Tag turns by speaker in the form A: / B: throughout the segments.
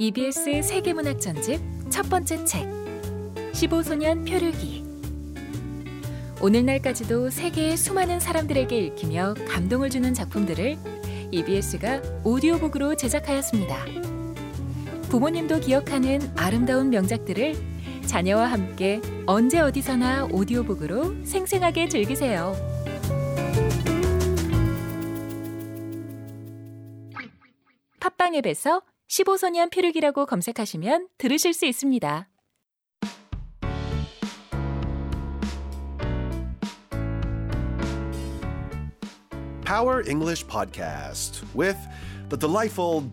A: EBS 세계문학 전집 첫 번째 책 15소년 표류기 오늘날까지도 세계의 수많은 사람들에게 읽히며 감동을 주는 작품들을 EBS가 오디오북으로 제작하였습니다. 부모님도 기억하는 아름다운 명작들을 자녀와 함께 언제 어디서나 오디오북으로 생생하게 즐기세요. 팟빵 앱에서 15소년 피르기라고 검색하시면 들으실 수 있습니다.
B: Power English Podcast with the delightful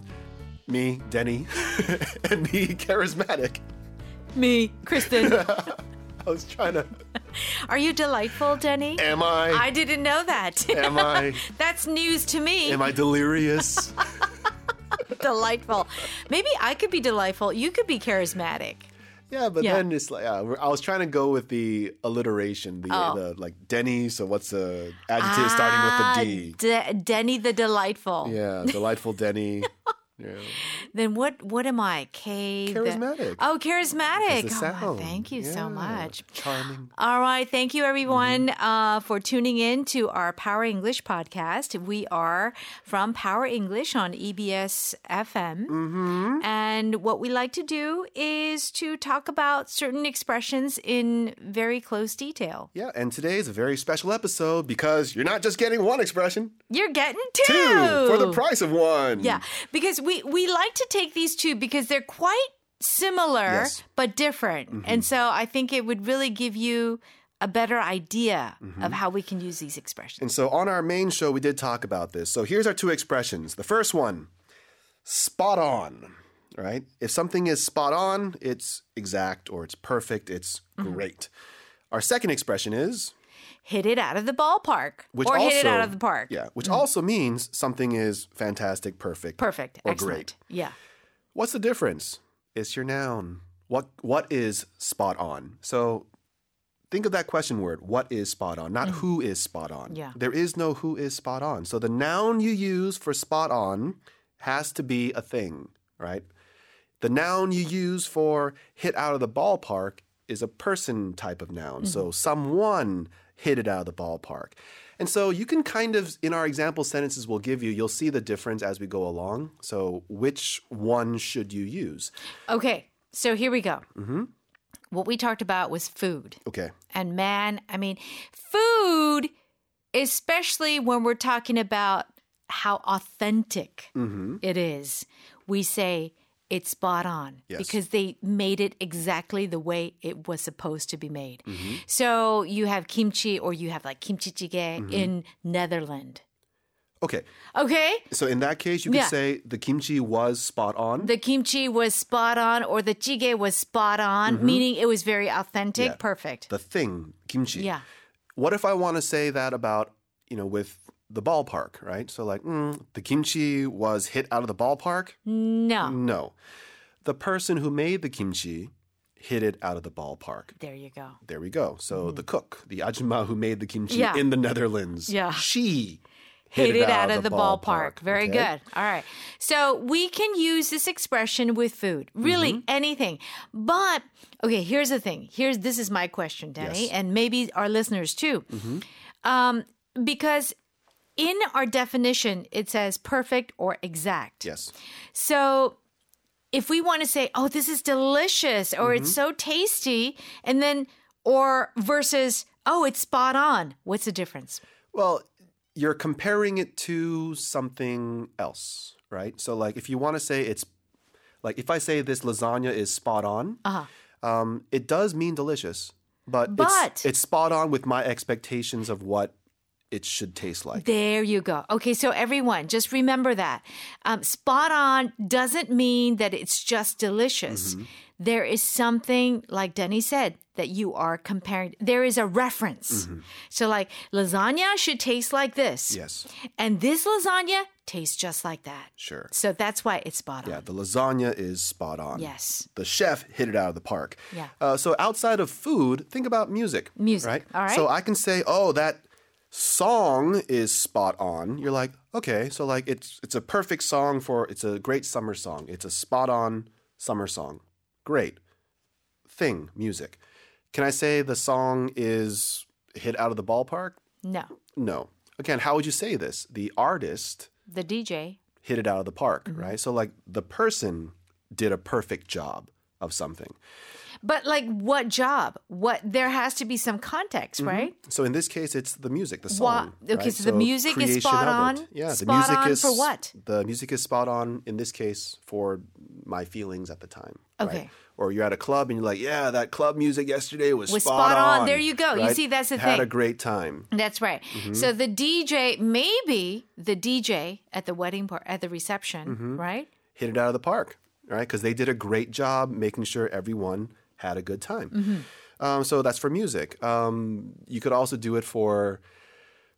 B: me, Denny, and me, Charismatic.
C: Me, Kristen.
B: I was trying to.
C: Are you delightful, Denny?
B: Am I?
C: I didn't know that.
B: Am I?
C: That's news to me.
B: Am I delirious?
C: delightful? Maybe I could be delightful. You could be charismatic.
B: yeah, but
C: Yeah.
B: then it's like uh, I was trying to go with the alliteration, the,
C: Oh.
B: the like Denny. So what's the adjective starting with the D?
C: Ah, De- Denny the delightful.
B: Yeah, delightful Denny. yeah.
C: Then what? What am I? K. the-
B: Charismatic.
C: Oh, charismatic.
B: It's the
C: Oh, wow,
B: sound.
C: thank you
B: Yeah. Mm-hmm.
C: so much.
B: Charming.
C: All right. Thank you, everyone, uh, for tuning in to our Power English podcast. We are from Power English on E EBS FM.
B: Mm-hmm.
C: And what we like to do is to talk about certain expressions in very close detail.
B: Yeah, and today is a very special episode because you're not just getting one expression,
C: You're getting two,
B: two for the price of one.
C: Yeah, because we we like to take these two because they're quite similar
B: Yes. Mm-hmm.
C: but different, and so I think it would really give you a better idea
B: Mm-hmm.
C: of how we can use these expressions.
B: And so on our main show, we did talk about this. So here's our two expressions. The first one, spot on, right? If something is spot on, it's exact or it's perfect, it's
C: Mm-hmm.
B: great. Our second expression is,
C: Hit it out of the ballpark,
B: which
C: or
B: also,
C: hit it out of the park. Mm.
B: Yeah, which also means something is fantastic, perfect.
C: perfect,
B: Or
C: excellent.
B: great.
C: Yeah,
B: What's the difference? It's your noun. What what is spot on? So think of that question word, what is spot on, not who is spot on.
C: Yeah.
B: There is no who is spot on. So the noun you use for spot on has to be a thing, right? The noun you use for hit out of the ballpark is a person type of noun.
C: Mm-hmm.
B: So someone hit it out of the ballpark. And so you can kind of, in our example sentences we'll give you, you'll see the difference as we go along. So which one should you use?
C: okay. So here we go.
B: Mm-hmm.
C: What we talked about was food.
B: Okay.
C: And man, I mean, food, especially when we're talking about how authentic
B: Mm-hmm.
C: it is, we say it's spot on
B: Yes.
C: because they made it exactly the way it was supposed to be made.
B: Mm-hmm.
C: So you have kimchi or you have like kimchi jjigae
B: Mm-hmm.
C: in Netherland.
B: Okay.
C: Okay?
B: So in that case, you could
C: Yeah.
B: say the kimchi was spot on.
C: The kimchi was spot on or the jjigae was spot on, meaning it was very authentic,
B: Mm-hmm. Yeah.
C: perfect.
B: the thing, kimchi.
C: yeah.
B: What if I want to say that about, you know, with the ballpark, right? So like, mm, the kimchi was hit out of the ballpark?
C: No.
B: No. The person who made the kimchi hit it out of the ballpark.
C: There you go.
B: There we go. So the cook, the ajumma who made the kimchi
C: Hmm. Yeah.
B: in the Netherlands,
C: Yeah.
B: she
C: hit, it, out, of the, ballpark. Very good. All right. So we can use this expression with food, really anything. But okay, here's the thing. Here's this is my question, Danny,
B: Yes.
C: and maybe our listeners too, um, because in our definition it says perfect or exact.
B: Yes.
C: So if we want to say, oh, this is delicious or it's so tasty, and then or versus, oh, it's spot on. What's the difference?
B: Well, you're comparing it to something else, right? So like if you want to say it's like if I say this lasagna is spot on,
C: Uh-huh.
B: um, it does mean delicious, but, it's,
C: But-
B: it's spot on with my expectations of what it should taste like.
C: There you go. Okay, so everyone, just remember that. Um, spot on doesn't mean that it's just delicious.
B: Mm-hmm.
C: There is something, like Denny said, that you are comparing. There is a reference.
B: Mm-hmm.
C: So, like, lasagna should taste like this.
B: yes,
C: And this lasagna tastes just like that.
B: sure.
C: So that's why it's spot on.
B: Yeah, the lasagna is spot on.
C: Yes.
B: the chef hit it out of the park.
C: Yeah.
B: Uh, so outside of food, think about music.
C: Music,
B: Right.
C: all right.
B: So I can say, oh, that Song is spot on. You're like, okay, so like it's it's a perfect song for it's a great summer song. It's a spot on summer song. Great. Thing, music. Can I say the song is hit out of the ballpark?
C: No.
B: No. Again, how would you say this? The artist
C: The DJ.
B: hit it out of the park,
C: Mm-hmm.
B: right? So like the person did a perfect job of something.
C: But like what job? What there has to be some context,
B: Mm-hmm.
C: right?
B: So in this case, it's the music, the
C: Wha-
B: song.
C: okay,
B: right?
C: so the music is
B: creation
C: spot
B: of it.
C: on?
B: Yeah, the
C: Spot
B: music
C: on
B: is
C: for what?
B: The music is spot on in this case for my feelings at the time. right?
C: Okay.
B: Or you're at a club and you're like, yeah, that club music yesterday was,
C: Was
B: spot,
C: spot on.
B: on.
C: There you go. You
B: right?
C: see, that's the
B: Had a
C: thing.
B: great time.
C: That's right. So the DJ, maybe the DJ at the wedding part at the reception, right?
B: Hit it out of the park, right? Because they did a great job making sure everyone had a good time. Um, so that's for music. Um, you could also do it for,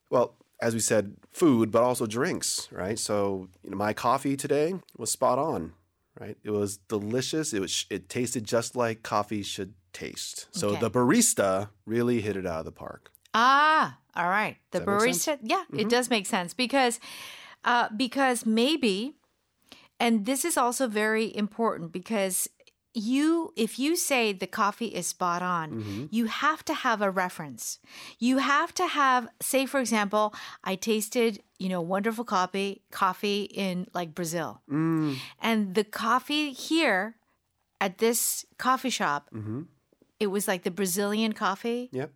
B: well, as we said, food, but also drinks, right? So you know, my coffee today was spot on, right? It was delicious. It was it tasted just like coffee should taste. So
C: Okay.
B: the barista really hit it out of the park.
C: Ah, all right. The
B: that make Mm-hmm.
C: barista. Yeah, it does make sense because uh, because maybe and this is also very important because you if you say the coffee is spot on
B: Mm-hmm.
C: you have to have a reference you have to have say for example i tasted you know wonderful coffee coffee in like brazil
B: Mm.
C: and the coffee here at this coffee shop
B: Mm-hmm.
C: it was like the brazilian coffee
B: Yep.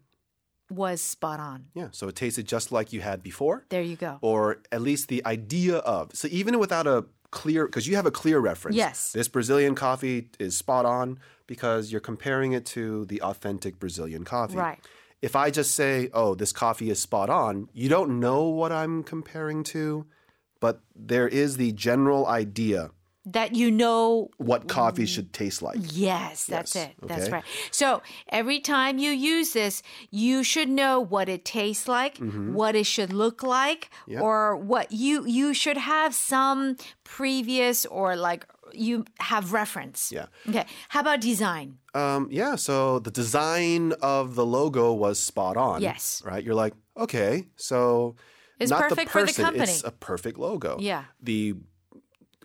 C: was spot on
B: Yeah. So it tasted just like you had before.
C: there you go.
B: or at least the idea of. So even without a clear, because you have a clear reference.
C: Yes.
B: This Brazilian coffee is spot on because you're comparing it to the authentic Brazilian coffee.
C: Right.
B: If I just say, oh, this coffee is spot on, you don't know what I'm comparing to, but there is the general idea
C: That you know.
B: what coffee
C: Mm.
B: should taste like.
C: Yes, that's
B: Yes,
C: it. That's
B: okay.
C: right. So every time you use this, you should know what it tastes like,
B: Mm-hmm.
C: what it should look like, or what you you should have some previous or like you have reference.
B: Yeah.
C: Okay. How about design?
B: Um, yeah, so the design of the logo was spot on.
C: Yes.
B: Right? You're like, okay, so
C: It's
B: not
C: perfect
B: the
C: for the
B: person,
C: company.
B: it's a perfect logo.
C: Yeah.
B: The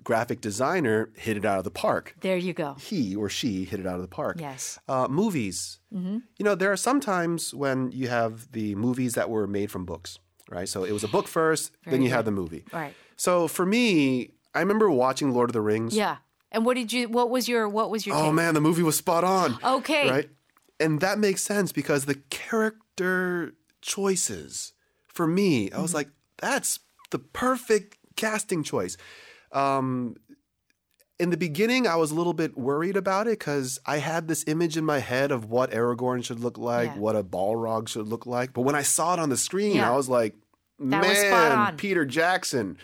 B: graphic designer hit it out of the park.
C: There you go.
B: He or she hit it out of the park.
C: Yes.
B: Uh, movies. Mm-hmm. You know, there are some times when you have the movies that were made from books, right? So it was a book first, then you have the movie.
C: All right.
B: So for me, I remember watching Lord of the Rings.
C: Yeah. And what did you? What was your? What was your?
B: Oh
C: take?
B: man, the movie was spot on.
C: Okay.
B: Right? And that makes sense because the character choices for me, I was
C: Mm-hmm.
B: like, that's the perfect casting choice. Um, in the beginning, I was a little bit worried about it because I had this image in my head of what Aragorn should look like,
C: Yeah.
B: what a Balrog should look like. But when I saw it on the screen,
C: Yeah.
B: I was like, man,
C: That was spot on." Oh,
B: Peter Jackson,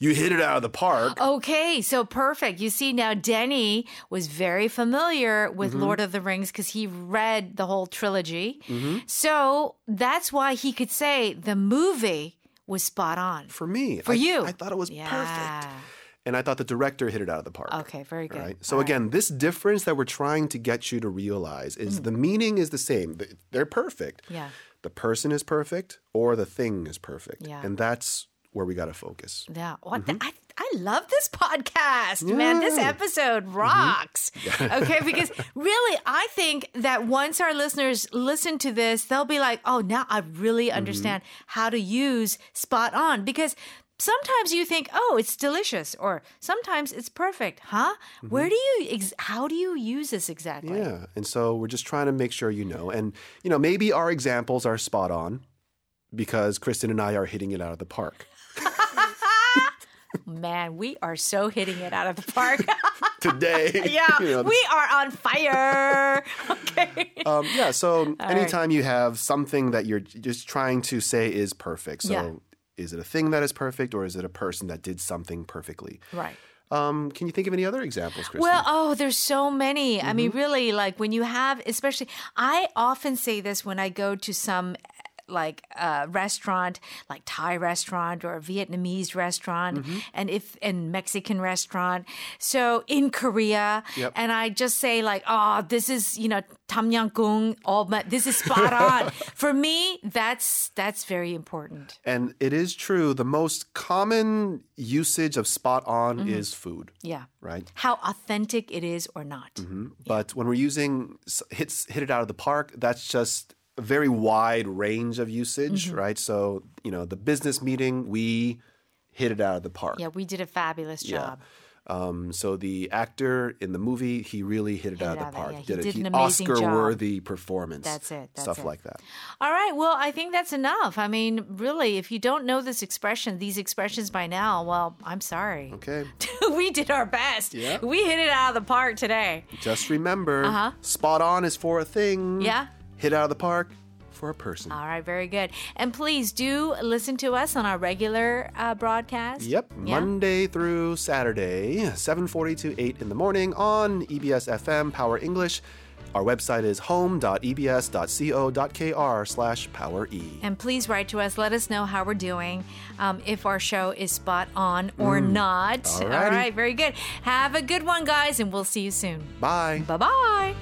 B: you hit it out of the park.
C: Okay, so perfect. You see, now Denny was very familiar with
B: Mm-hmm.
C: Lord of the Rings because he read the whole trilogy.
B: Mm-hmm.
C: So that's why he could say the movie was spot on.
B: For me,
C: For
B: I-
C: you.
B: I thought it was perfect.
C: Yeah.
B: and I thought the director hit it out of the park.
C: Okay, very good.
B: Right. So again, this difference that we're trying to get you to realize
C: Mm.
B: is the meaning is the same. Th- They're perfect.
C: Yeah.
B: The person is perfect or the thing is perfect.
C: Yeah.
B: And that's where we got to focus.
C: Yeah. What the- I, I love this podcast, man. This episode rocks. Okay. Because really, I think that once our listeners listen to this, they'll be like, oh, now I really understand how to use spot on. Because sometimes you think, oh, it's delicious, or sometimes it's perfect. Huh? Where do you, ex- how do you use this exactly?
B: Yeah. And so we're just trying to make sure you know. And, you know, maybe our examples are spot on because Kristen and I are hitting it out of the park.
C: Man, we are so hitting it out of the park.
B: Today.
C: yeah.
B: you know,
C: we are on fire. Okay.
B: Um, yeah. So anytime you have something that you're just trying to say is perfect, so
C: Yeah.
B: is it a thing that is perfect, or is it a person that did something perfectly?
C: right.
B: Um, can you think of any other examples, Kristen?
C: Well, oh, there's so many. I
B: Mm-hmm.
C: mean, really, like when you have, especially, I often say this when I go to some like a restaurant, like Thai restaurant or a Vietnamese restaurant,
B: Mm-hmm.
C: and if and Mexican restaurant. So in Korea,
B: Yep.
C: and I just say like, oh, this is you know tamyanggung, all my, this is spot on for me. That's that's very important.
B: And it is true, the most common usage of spot on
C: Mm-hmm.
B: is food,
C: Yeah,
B: right? Mm-hmm.
C: how authentic it is or not.
B: But when we're using s- hits hit it out of the park, that's just a very wide range of usage,
C: Mm-hmm.
B: right? So, you know, the business meeting, we hit it out of the park.
C: Yeah, we did a fabulous job.
B: Um, so the actor in the movie, he really hit it out of the
C: it out there,
B: park.
C: yeah. He did an amazing job.
B: Oscar-worthy performance.
C: That's it, that's
B: stuff
C: it.
B: like that.
C: All right. Well, I think that's enough. I mean, really, if you don't know this expression, these expressions by now, well, I'm sorry.
B: Okay.
C: we did our best.
B: Yeah.
C: We hit it out of the park today.
B: Just remember, spot on is for a thing.
C: Uh-huh. Yeah.
B: Hit out of the park for a person.
C: All right. Very good. And please do listen to us on our regular uh, broadcast.
B: Yep,
C: Yeah.
B: Monday through Saturday, 7:40 to 8 in the morning on E EBS FM Power English. Our website is E home.ebs.co.kr/power-e.
C: And please write to us. Let us know how we're doing, um, if our show is spot on or not.
B: Mm. All
C: All
B: righty.
C: right. Very good. Have a good one, guys, and we'll see you soon.
B: Bye.
C: Bye bye.